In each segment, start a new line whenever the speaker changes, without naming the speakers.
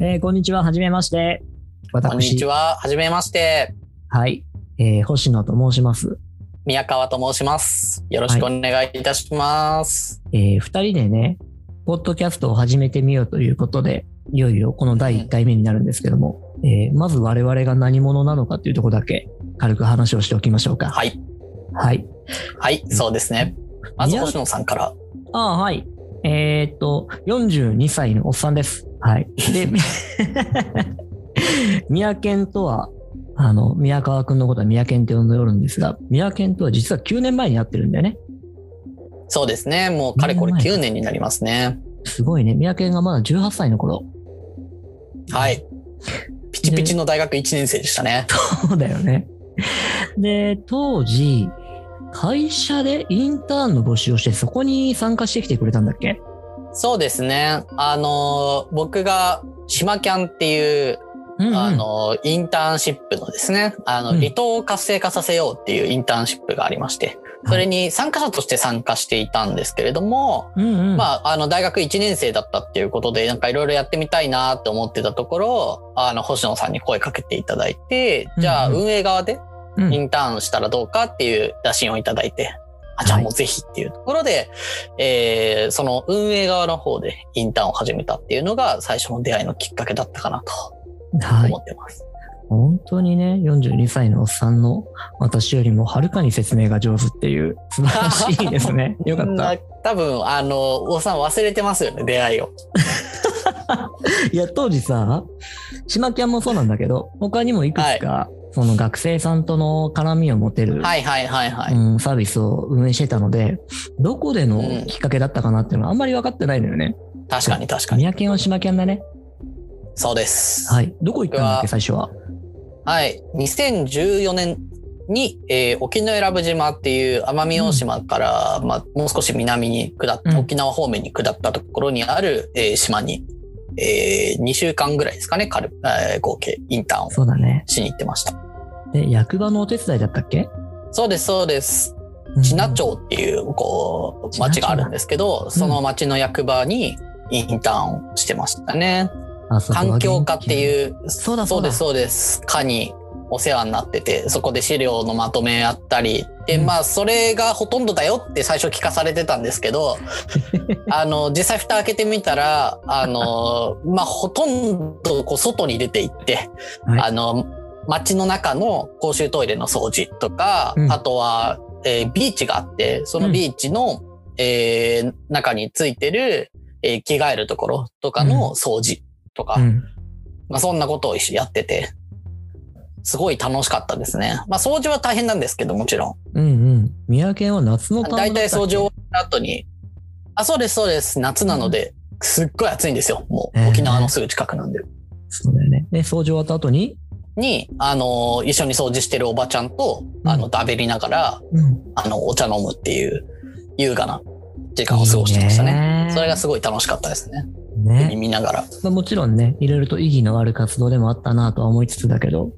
えーこんにちは、はじめまして。私、
こんにちは。はじめまして。
はい、えー星野と申します。
宮川と申します。よろしくお願いいたします。
えー二人でね、ポッドキャストを始めてみようということで、いよいよこの第1回目になるんですけども、えーまず我々が何者なのかというところだけ軽く話をしておきましょうか。
はい。
はい。
はい、そうですね。まず
宮
星野さんから。
ああ、はい。えーっと、42歳のおっさんです。はい。で、 宮健とは、あの、宮川くんのことは宮健って呼んでおるんですが、宮健とは実は9年前に会ってるんだよね。
そうですね。もうかれこれ
はい
9年になりますね。
すごいね。宮健がまだ18歳の頃。
はい。ピチピチの大学1年生でしたね。
そうだよね。で、当時、会社でインターンの募集をして、そこに参加してきてくれたんだっけ
そうですね。あの、僕が島キャンっていう、
うん、うん。
あの、インターンシップのですね、あの、
うん
離島を活性化させようっていうインターンシップがありまして、それに参加者として参加していたんですけれども、
うんうん。
まあ、あの、大学1年生だったっていうことで、なんかいろいろやってみたいなって思ってたところ、あの、星野さんに声かけていただいて、じゃあ
うんう
運営側で
うん
インターンしたらどうかっていう打診をいただいて、あ、じゃあもうぜひっていうところで、えー、その運営側の方でインターンを始めたっていうのが最初の出会いのきっかけだったかなと
はい
思。ってます。
本当にね、42歳のおっさんの私よりもはるかに説明が上手っていう、素晴らしいです ね。よかった。
た。多分、あの、おさん忘れてますよね、出会いを。
いや、当時さ、島キャンもそうなんだけど、他にもいくつか、その学生さんとの絡みを持てる、
はいはいはいはい。
うん、サービスを運営してたので、どこでのきっかけだったかなっていうのはあんまり分かってないのよね。
確かに確かに。
宮県は島県だね。
そうです。
はい。どこ行ったんだっけ、最初は。
はい。2014年に、えー沖永良部島っていう奄美大島から、まあ、もう少し南に下っ
うん
沖縄方面に下ったところにある、えー島に、え2週間ぐらいですかね、軽くえー合計インターンを
そうだね。
しに行ってました。
で、役場のお手伝いだったっけ
そうです、そうです。知名町っていう、こう、
知名町
町があるんですけど、その町の役場にインターンをしてましたね。環境課って
う。
いう、
そうだ
そ
そうう
で
だ
す、そうです。課にお世話になってて、そこで資料のまとめやったり、で、
うん
まあ、それがほとんどだよって最初聞かされてたんですけど、 あの、実際蓋開けてみたら、あ の、まあ、ほとんどこう外に出て行って、
はい
あの、街の中の公衆トイレの掃除とか、
うん
あとは、えービーチがあって、そのビーチの、えー中についてる、えー着替えるところとかの掃除とか、
うん。
まあ、そんなことを一緒にやってて、すごい楽しかったですね。まあ、掃除は大変なんですけど、もちろ
うんうん。宮県は夏の
ん。
田んぼ
大
だ
体
ったっけ
掃除終わった後に、あ、そうです、そうです。夏なので、すっごい暑いんですよ。もう、
えー
沖縄のすぐ近くなんで。
そうだよね。で、掃除終わった後に、
に、あの、一緒に掃除してるおばちゃんと、あ
う
の、だべりながら、
うん。
あの、お茶飲むっていう、優雅な時間を過ごしてましたね。
ね
それがすごい楽しかったですね。
ね。
見ながら。
まあ、もちろんね、いろいろと意義のある活動でもあったなとは思いつつだけど、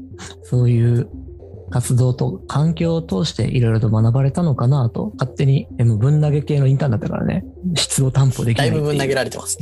そういう活動と環境を通していろいろと学ばれたのかなと、勝手に、えもうぶん投げ系のインターンだったからね、質を担保できな
だ
い
い
って
ぶ
う
ぶん投げられてます。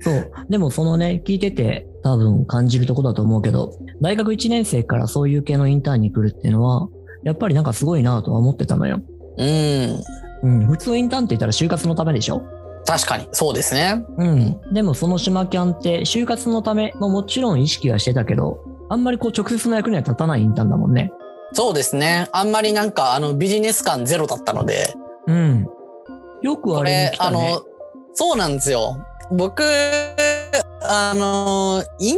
そう。でもそのね、聞いてて多分感じるとこだと思うけど、大学1年生からそういう系のインターンに来るっていうのは、やっぱりなんかすごいなとは思ってたのよ。
うん。
うん。普通インターンって言ったら就活のためでしょ
確かに、そうですね。
うん。でもその島キャンって、就活のためももちろん意識はしてたけど、あんまりこう直接の役には立たないインターンだもんね。
そうですね。あんまりなんか、あの、ビジネス感ゼロだったので、
うん。よく
こ
あれ
れ
に、来
あ
たね。
の、そうなんですよ。僕、あの、イン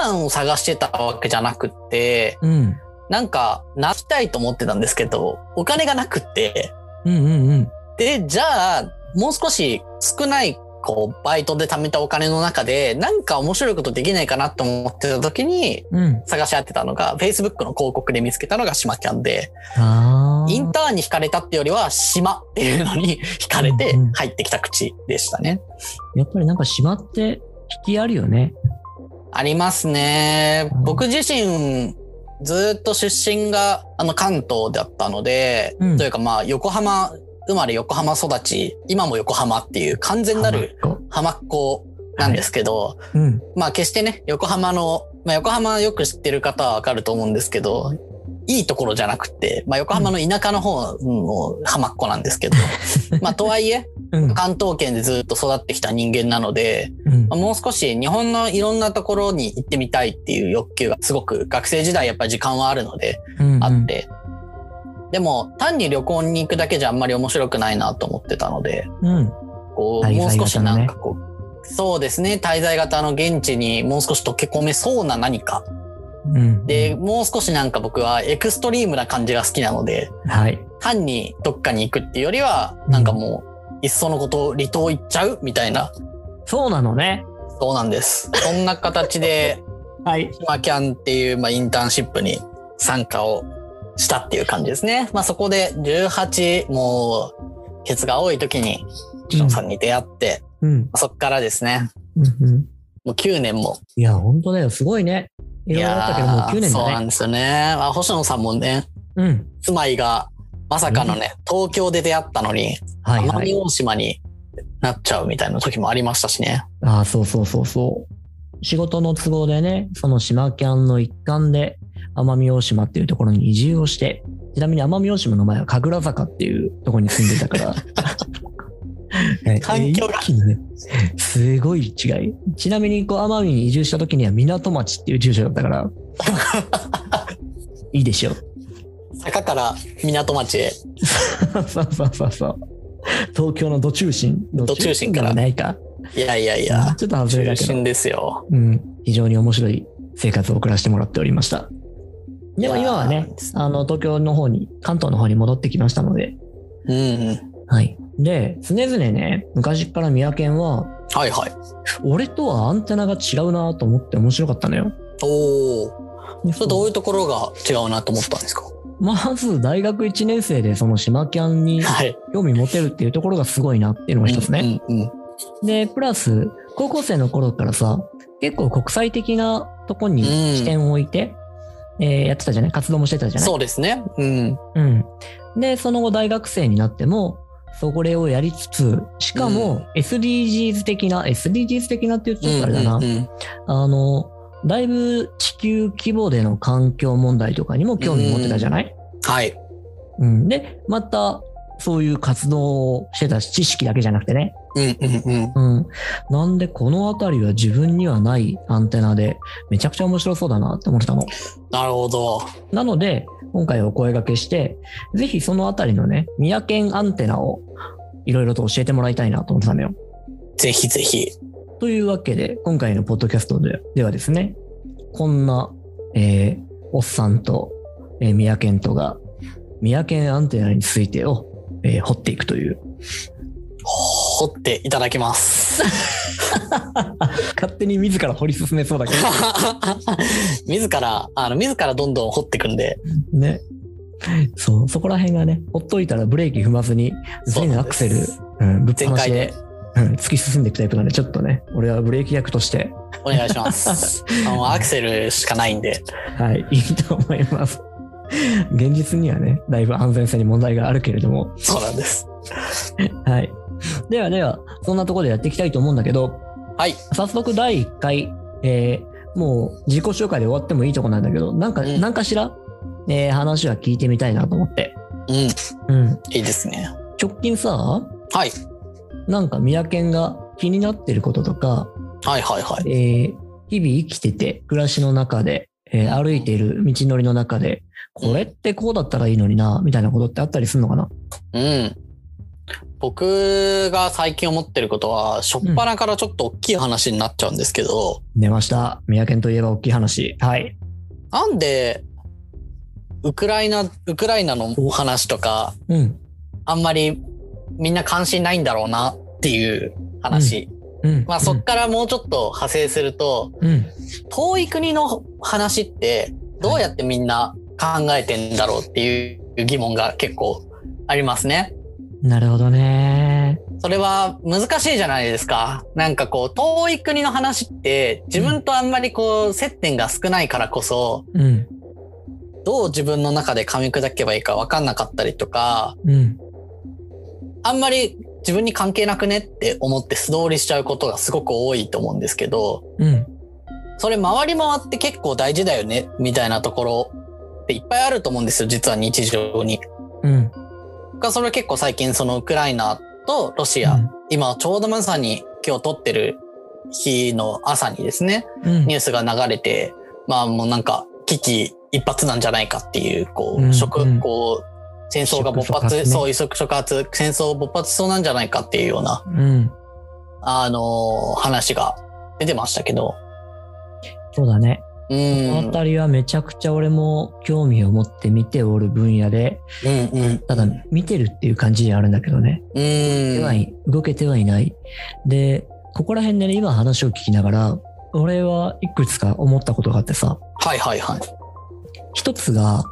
ターンを探してたわけじゃなくって、
うん。
なんか、なきたいと思ってたんですけど、お金がなくって、
うんうんうん。
で、じゃあ、もう少し少ない、こう、バイトで貯めたお金の中で、なんか面白いことできないかなと思ってた時に、
うん。
探し合ってたのが、Facebook の広告で見つけたのが島キャンで、
ああ。
インターンに惹かれたってよりは、島っていう のに惹かれて
うんうん
入ってきた口でしたね。
やっぱりなんか島って引きあるよね。
ありますね
うん。
僕自身、ずっと出身が、あの、関東だったので、
うん
というかまあ、横浜、生まれ横浜育ち、今も横浜っていう完全なる
こう
浜っ子なんですけど、
うん。
まあ決してね、横浜の、まあ横浜よく知ってる方はわかると思うんですけど、いいところじゃなくて、まあ横浜の田舎の方の浜っ子なんです けど、まあとはいえ、
うん。
関東圏でずっと育ってきた人間なので、
うん
まあもう少し日本のいろんなところに行ってみたいっていう欲求がすごく学生時代やっぱり時間はあるので、
うん
あって、でも単に旅行に行くだけじゃあんまり面白くないなと思ってたので、
うん。
こう、
滞
もう
在型のね
少しなんかこう、そうですね、滞在型の現地にもう少し溶け込めそうな何か。
うん。
で、、もう少しなんか僕はエクストリームな感じが好きなので、
はい。
単にどっかに行くっていうよりは、なんかもう、いっそのこと離島行っちゃうみたいな。
そうなのね。
そうなんです。そんな形で、
はい。
まあ、キャンっていう、まあ、インターンシップに参加をしたっていう感じですね。まあ、そこで18、もう、ケツが多い時に、ションさんに出会って、
うん。
そっからですね、
うん。うん
もう9年も
いや、本当だよ。すごいね。いろいろあったけど、もう9
いやー
年
そう
だ
なん
ね。
ですよね。まあ、星野さんもね、
うん。
住まいがまさかのね、東京で出会ったのに、
はいは
奄美
い。
大島になっちゃうみたいな時もありましたしね。
ああ、そうそうそうそう。仕事の都合でね、その島キャンの一環で、奄美大島っていうところに移住をして、ちなみに奄美大島の前は神楽坂っていうところに住んでた から。ね
環境が
一気にね、すごい違い。ちなみに、こう、奄美に移住した時には港町っていう住所だった から、いいでしょう。
坂から港町へ。
そうそうそうそう。東京のど中心。ど
中心から
ではないか。
いやいやい
いや
や、
ちょっと外れ
中
だけど、
心ですよ。
うん、非常に面白い生活を送らせてもらっておりました。でも
いやー
今はね、あの、東京の方に、関東の方に戻ってきましたので、
うんうん。
はい。で、常々ね、昔から三宅は、
はいはい。
俺とはアンテナが違うなと思って面白かったのよ。
おー。
で
それどういうところが違うなと思ったんですか
まず、大学1年生でその島キャンに
はい。
興味持てるっていうところがすごいなっていうのが一つね。
うんうん。
で、プラス、高校生の頃からさ、結構国際的なとこに視点を置いて、えーやってたじゃない活動もしてたじゃない
そうですね。うん。
うん。で、その後大学生になっても、それをやりつつ、しか
うん
も SDGs 的な、SDGs 的なって言っちゃったあれだな、
うんうんうん
あの、だいぶ地球規模での環境問題とかにも興味持ってたじゃない、
はい。
うん、で、また、そういう活動をしてたし、知識だけじゃなくてね。
うんうんうん。
うん。なんで、このあたりは自分にはないアンテナで、めちゃくちゃ面白そうだなって思ってたの。
なるほど。
なので、今回お声掛けして、ぜひそのあたりのね、宮県アンテナをいろいろと教えてもらいたいなと思ってたんだよ。
ぜひぜひ。
というわけで、今回のポッドキャストでではですね、こんな、えー、おっさんと、えー、宮県とが、宮県アンテナについてを、えー掘っていくという。
掘っていただきます。
勝手に自ら掘り進めそうだけ
自ら、あの、自らどんどん掘っていくんで、
ど。 ね。そう、そこら辺がね、ほっといたらブレーキ踏まずに、
そう
全
な
ア
んで
ク
す
セル、うん、ぶっ
全
放し
開
で
で
うん、突き進んでいくタイプなんで、ちょっとね、俺はブレーキ役として、
お願い します。あの、アクセルしかないんで、
はい、いいと思います。現実にはね、だいぶ安全性に問題があるけれども、
そうなんです。
はい。ではでは、そんなところでやっていきたいと思うんだけど、
はい。
早速第1回、えーもう自己紹介で終わってもいいとこなんだけど、なんか、
うん
なんかしら、えー話は聞いてみたいなと思って。
うん、い
うん。
いですね。
直近さ、
はい。
なんか、宮県が気になってることとか、
はいはいはい。
えー日々生きてて、暮らしの中で、えー歩いている道のりの中で、これってこうだったらいいのにな、みたいなことってあったりするのかな
うん。僕が最近思ってることは、しょっぱなからちょっと大きい話になっちゃうんですけど、
出ました。宮県といえば大きい話。はい。
なんで、ウクライナ、ウクライナのお話とか、
うん。
あんまりみんな関心ないんだろうなっていう話。
うん。
まあそっからもうちょっと派生すると、
うん。
遠い国の話ってどうやってみんな考えてんだろうっていう疑問が結構ありますね。
なるほどね。
それは難しいじゃないですか。なんかこう遠い国の話って自分とあんまりこう接点が少ないからこそ
うん。
どう自分の中で噛み砕けばいいか分かんなかったりとか
うん。
あんまり自分に関係なくねって思って素通りしちゃうことがすごく多いと思うんですけど、
うん。
それ回り回って結構大事だよね、みたいなところっていっぱいあると思うんですよ、実は日常に。
うん。
がそれ結構最近そのウクライナとロシア、今ちょうどまさに今日撮ってる日の朝にですね、
うん。
ニュースが流れて、まあもうなんか危機一発なんじゃないかっていう、こ
うん
う、食、
うん
こう、戦争が勃
触
発、
発ね
そう、一触触発、戦争勃発しそうなんじゃないかっていうような、
うん。
あのー話が出てましたけど、
そうだね。
う
こ
ん。う
の
ん
辺りはめちゃくちゃ俺も興味を持って見ておる分野で、
うん。
ただ見てるっていう感じであるんだけどね。
う
動けては
ん。
い動けてはいない。で、ここら辺でね、今話を聞きながら、俺はいくつか思ったことがあってさ、
はいはいはい。
一つが、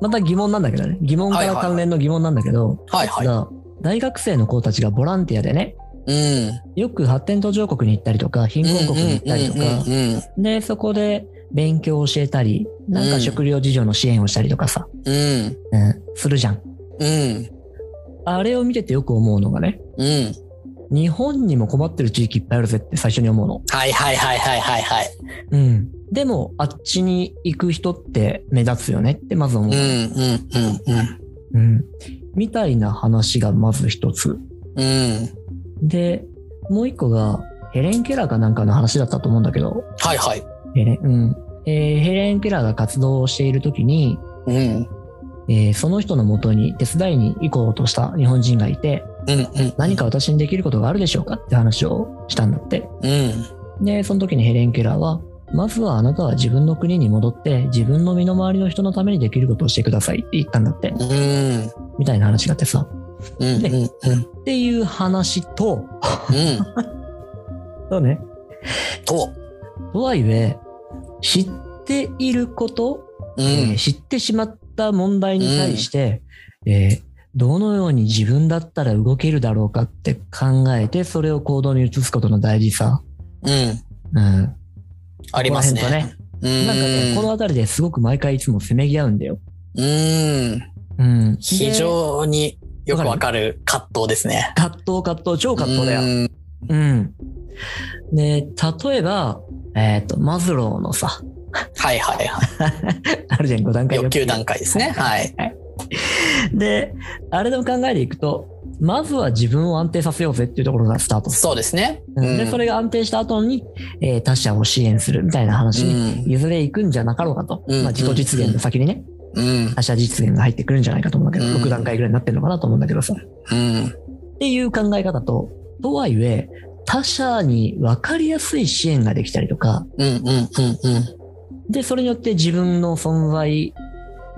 また疑問なんだけどね、疑問か
はい
ら
はいは
関
い
連の疑問なんだけど、
はいは
が大学生の子たちがボランティアでね、
い。うん。
よく発展途上国に行ったりとか、貧困国に行ったりとか
う、んうん
で、そこで勉強を教えたり、なんか食料事情の支援をしたりとかさ、
うん
うん、するじゃん。
うん。うん。
あれを見ててよく思うのがね、
うん。
日本にも困ってる地域いっぱいあるぜって最初に思うの。
はいはいはいはいはいはい。
うん。でも、あっちに行く人って目立つよねってまず思
う
う。
ん
うん。みたいな話がまず一つ。
うんうん。うん。
で、もう一個が、ヘレン・ケラーかなんかの話だったと思うんだけど、
はいはい。
ヘレン、うん。えーヘレン・ケラーが活動をしている時に、
うん。
えーその人のもとに手伝いに行こうとした日本人がいて、
うんうん。
何か私にできることがあるでしょうかって話をしたんだって。
うん。
で、その時にヘレン・ケラーは、まずはあなたは自分の国に戻って、自分の身の回りの人のためにできることをしてくださいって言ったんだって、
うん。
みたいな話があってさ。
うん。うん。うん。
っていう話と、
うん。
そうね。
と。
とはいえ、知っていること、
う
えー
ん。
知ってしまった問題に対して、えーどのように自分だったら動けるだろうかって考えて、それを行動に移すことの大事さ。
うん。
うん。
ありますね。
この辺と
うん。
なんかね、この辺りですごく毎回いつもせめぎ合うんだよ。
うん。
うん。
非
で
常によくわかる葛藤ですね。
葛藤葛藤超葛藤だよ。
よ。
うん。で、例えば、えっ、と、マズローのさ、
はいはいはい。
あるじゃん、5段階
欲求段階ですね。はい。
で、あれでも考えていくと、まずは自分を安定させようぜっていうところがスタート。
そうですね。
うんで、それが安定した後に、えー他者を支援するみたいな話に、いずれ行くんじゃなかろうかと。
うん
まあ、自己実現の先にね、
うん。
他者実現が入ってくるんじゃないかと思うんだけど、
うん
6段階ぐらいになってるのかなと思うんだけどさ。
うん。
っていう考え方と、とはいえ、他者に分かりやすい支援ができたりとか、
うん。うん。うん。
で、それによって自分の存在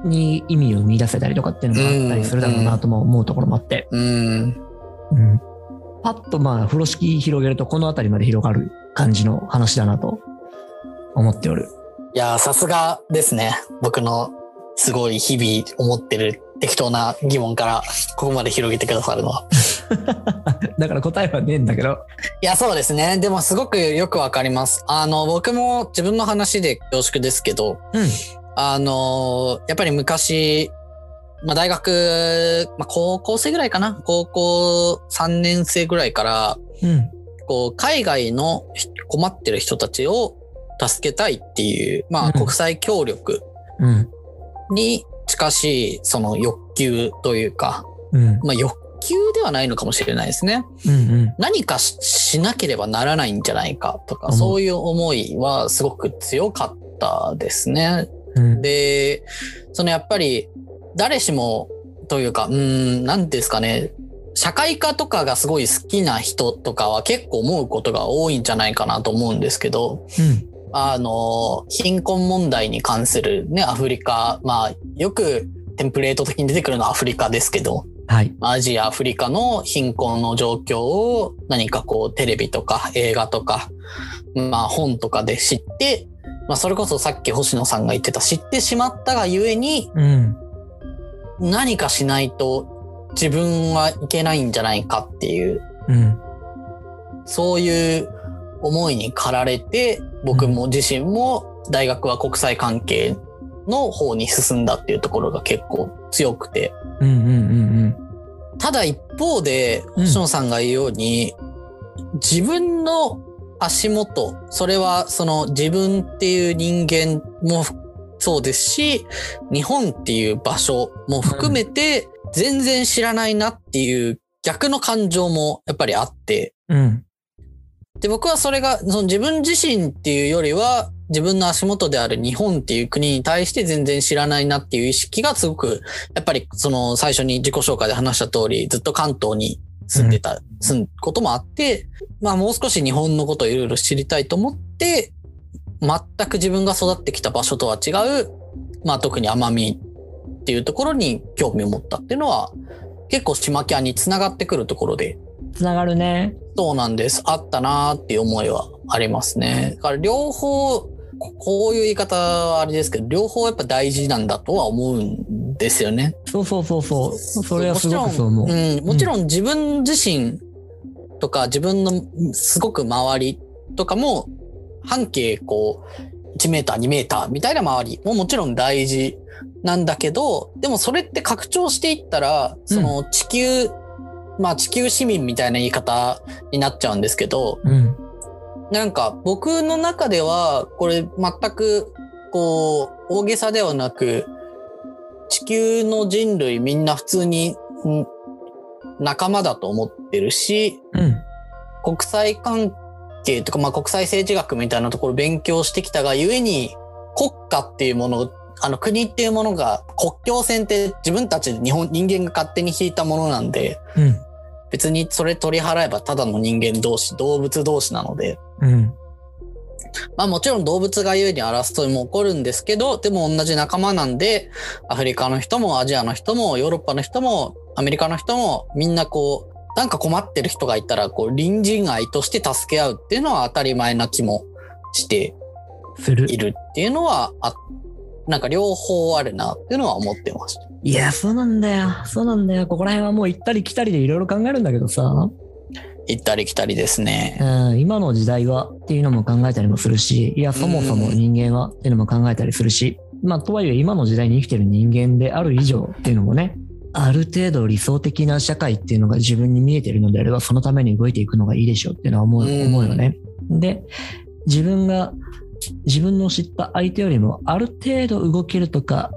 に意味を見出せたりとかっていうのがあったりするだろうなとも思うところもあって、
うん。
うんパッとまあ、風呂敷広げるとこの辺りまで広がる感じの話だなと思っておる。
いやー、さすがですね。僕のすごい日々思ってる適当な疑問から、ここまで広げてくださるのは。
だから答えはねえんだけど。
いや、そうですね。でもすごくよくわかります。あの、僕も自分の話で恐縮ですけど、
うん。
あのーやっぱり昔、まあ、大学、まあ、高校生ぐらいかな高校3年生ぐらいから、
うん。
こう、海外のひ困ってる人たちを助けたいっていう、ま
う
あ、
ん
国際協力
うん。
に近しい、その欲求というか、
うん。
まあ、欲求ではないのかもしれないですね。
うん。うん。
何かししなければならないんじゃないかとか、
思う
そういう思いはすごく強かったですね。
うん。
で、そのやっぱり誰しもというか、うーん、なんですかね、社会科とかがすごい好きな人とかは結構思うことが多いんじゃないかなと思うんですけど、あの、貧困問題に関するね、アフリカ、まあ、よくテンプレート的に出てくるのはアフリカですけど、
はい。
アジア、アフリカの貧困の状況を何かこう、テレビとか映画とか、まあ本とかで知って、まあそれこそさっき星野さんが言ってた、知ってしまったがゆえに
うん。
何かしないと自分はいけないんじゃないかっていう
うん。
そういう思いに駆られて、僕も自身も大学は国際関係の方に進んだっていうところが結構強くて、
うん。うん。うん。
ただ一方で、
うん
星野さんが言うように、自分の足元、それはその自分っていう人間もそうですし、日本っていう場所も含めて、全然知らないなっていう逆の感情もやっぱりあって、
うん。
で、僕はそれが、その自分自身っていうよりは、自分の足元である日本っていう国に対して全然知らないなっていう意識がすごく、やっぱりその最初に自己紹介で話した通り、ずっと関東に住んでた、住むこともあって、まあもう少し日本のことをいろいろ知りたいと思って、全く自分が育ってきた場所とは違う、まあ特に奄美っていうところに興味を持ったっていうのは、結構島キャンにつながってくるところで、
つながるね。
そうなんです。あったなーっていう思いはありますね。だから両方、ここういう言い方はあれですけど、両方やっぱ大事なんだとは思うんですよね。
そうそうそうそう。それはすごくそう思う。
もちろん、うん、もちろん自分自身とか自分のすごく周りとかも半径こう1メーター2メーターみたいな周りももちろん大事なんだけど、でもそれって拡張していったら、その地球、まあ地球市民みたいな言い方になっちゃうんですけど、
うん。
なんか僕の中ではこれ全くこう大げさではなく地球の人類みんな普通にん仲間だと思ってるし
うん。
国際関係とか、まあ、国際政治学みたいなところ勉強してきたがゆえに国家っていうものあの国っていうものが国境線って自分たち日本人間が勝手に引いたものなんで
うん。
別にそれ取り払えばただの人間同士動物同士なので
うん。
まあもちろん動物がゆえに争いも起こるんですけど、でも同じ仲間なんで、アフリカの人もアジアの人もヨーロッパの人もアメリカの人もみんなこう、なんか困ってる人がいたら、こう、隣人愛として助け合うっていうのは当たり前な気もして
する
い。るっていうのは、あなんか両方あるなっていうのは思ってました。
いや、そうなんだよ。そうなんだよ。ここら辺はもう行ったり来たりでいろいろ考えるんだけどさ、
行ったり来たりですね
う。ん、今の時代はっていうのも考えたりもするし、いや、そもそも人間はっていうのも考えたりするし、まあ、とはいえ今の時代に生きてる人間である以上っていうのもね、ある程度理想的な社会っていうのが自分に見えてるのであれば、そのために動いていくのがいいでしょうっていうのは思う,、
うん
思うよね。で、自分が、自分の知った相手よりもある程度動けるとか、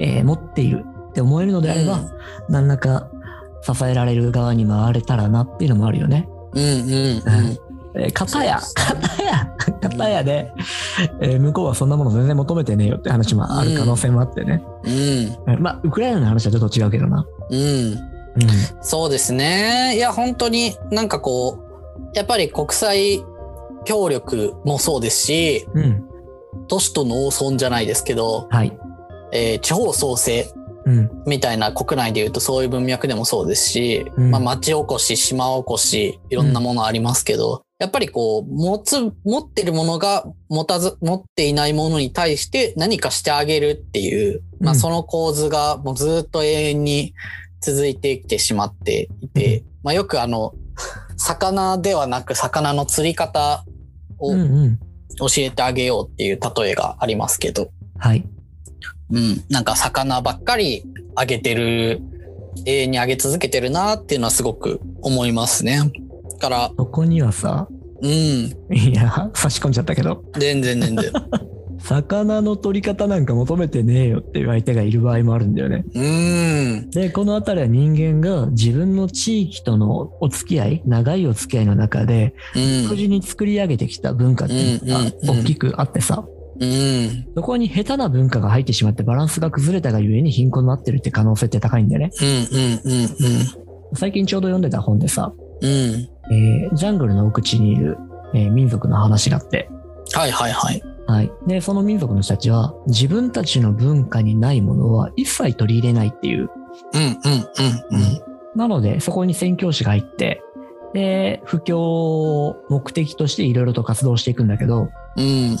えー持っているって思えるのであれば、
うん
何らか支えられる側に回れたらなっていうのもあるよね。
うんうんうん。
えー、片や
そ、
片や、片やで、えー向こうはそんなもの全然求めてねえよって話もある可能性もあってね。
うん。
うんまあ、ウクライナの話はちょっと違うけどな。
うん。
うん。
そうですね。いや、本当になんかこう、やっぱり国際協力もそうですし、
うん。
都市と農村じゃないですけど、
はい。
えー地方創生
うん。
みたいな国内でいうとそういう文脈でもそうですし、
うん
まあ町おこし、島おこし、いろんなものありますけど、やっぱりこう、持つ、持ってるものが持たず、持っていないものに対して何かしてあげるっていう、
う
まあ
ん
その構図がもうずっと永遠に続いてきてしまっていて、まあよくあの、 魚ではなく魚の釣り方を
うんう
教
ん。
えてあげようっていう例えがありますけど、
はい。
うん、なんか魚ばっかりあげてる、永遠にあげ続けてるなっていうのはすごく思いますね。だから、
そこにはさ、
うん、
いや、差し込んじゃったけど、
全然全然。
魚の取り方なんか求めてねえよっていう相手がいる場合もあるんだよね。
うん、
で、この辺りは人間が自分の地域とのお付き合い、長いお付き合いの中で、
うん
独、自に作り上げてきた文化っていうのが
うんうん
大きくあってさ、
うん、
そこに下手な文化が入ってしまってバランスが崩れたがゆえに貧困になってるって可能性って高いんだよね。
うん、うん、うん、
最近ちょうど読んでた本でさ、
うん、うん。
えージャングルの奥地にいる、えー民族の話があって、
はいはいはい。
はい。で、その民族の人たちは自分たちの文化にないものは一切取り入れないっていう。
うん、うん、うん、うん。
なので、そこに宣教師が入って、で、布教を目的としていろいろと活動していくんだけど、
うん、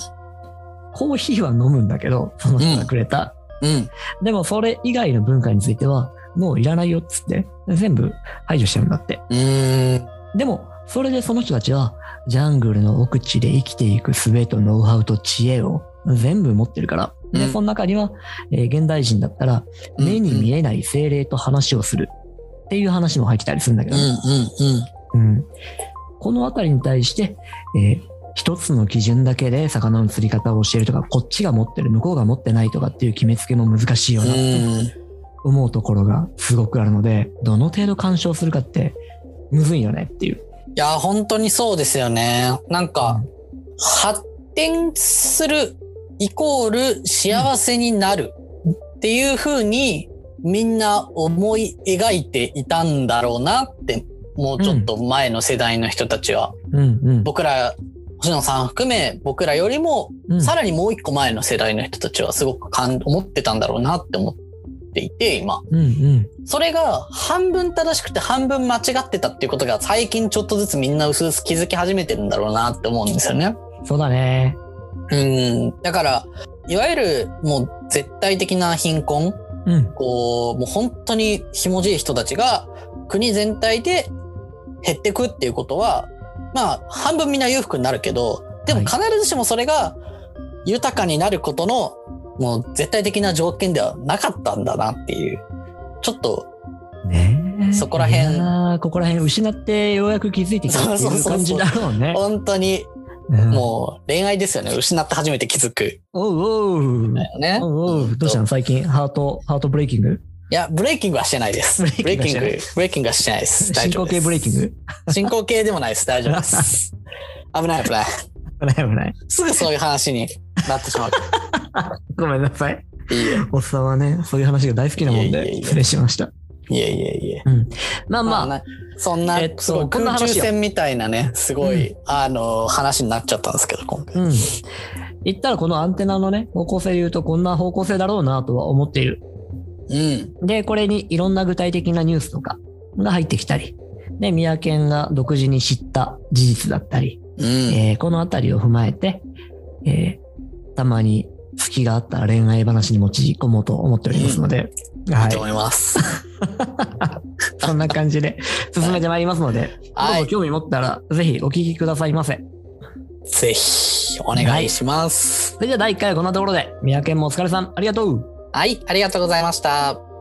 コーヒーは飲むんだけど、その人がくれた
うん、
でもそれ以外の文化については、もういらないよっつって、全部排除してるんだって。
うん、
でも、それでその人たちは、ジャングルの奥地で生きていく術とノウハウと知恵を全部持ってるから。
う
で、
ん
その中には、えー現代人だったら、目に見えない精霊と話をする。っていう話も入ってたりするんだけ
う
ど
ん
ね、
うんうん。
うんこの辺りに対して、えー一つの基準だけで魚の釣り方を教えるとかこっちが持ってる向こうが持ってないとかっていう決めつけも難しいよなって
うん
思うところがすごくあるのでどの程度干渉するかってむずいよねっていう。
いや、本当にそうですよね。なん
う
か
ん、
発展するイコール幸せになるっていう風にみんな思い描いていたんだろうなって、もうちょっと前の世代の人たちは、
うんうん
僕ら、星野さん含め僕らよりも
うん
さらにもう一個前の世代の人たちはすごく感思ってたんだろうなって思っていて、今。
うんうん
それが半分正しくて半分間違ってたっていうことが最近ちょっとずつみんな薄々気づき始めてるんだろうなって思うんですよね。
そうだね。
うん。だから、いわゆるもう絶対的な貧困、
うん
こう、もう本当にひもじい人たちが国全体で減ってくっていうことは、まあ、半分みんな裕福になるけど、でも
はい
必ずしもそれが豊かになることの、もう絶対的な条件ではなかったんだなっていう、ちょっと
ねえ
そこら辺
いやーここら辺失ってようやく気づいてきたって
そう
い
そ
うう
そうそう
感じだろうね。
本当に
うん
もう恋愛ですよね。失って初めて気づく。
おうおう
だよね。
おうおうどうしたの最近ハートハートブレイキング
いや、ブレイキングはしてないです。ブ
ブ
レ
レ
イ
イ
キ
キ
ン
ン
グ
グはしてない、
ブレイキングはしてな いです。
進行形ブレイキング
グ進行形でもないです。大丈 夫です。危ない危ない。
危ない危ない。
すぐそういう話になってし まう。
ごめんなさい。
いえ
おっさんはね、そういう話が大好きなもん
いやいやいや
で、失礼しました。
いえいえいえ。
まあ
まあ、
まあ、
なそんな、
えっと
すごい
こんな
空中
話よ
戦みたいなね、すごい、あの、話になっちゃったんですけど、今回。
うん。言ったらこのアンテナのね、方向性で言うとこんな方向性だろうなとは思っている。
うん。
で、これにいろんな具体的なニュースとかが入ってきたり、で、宮県が独自に知った事実だったり、
うん。、
えーこのあたりを踏まえて、えーたまに隙があったら恋愛話に持ち込もうと思っておりますので、はい
い
い
と。思います。
そんな感じで進めてまいりますので、
は
どうぞ
い。
興味持ったらぜひお聞きくださいませ。
ぜひ、お願いします。
それでは第1回はこんなところで、三宅もお疲れさん、ありがとう
はい、ありがとうございました。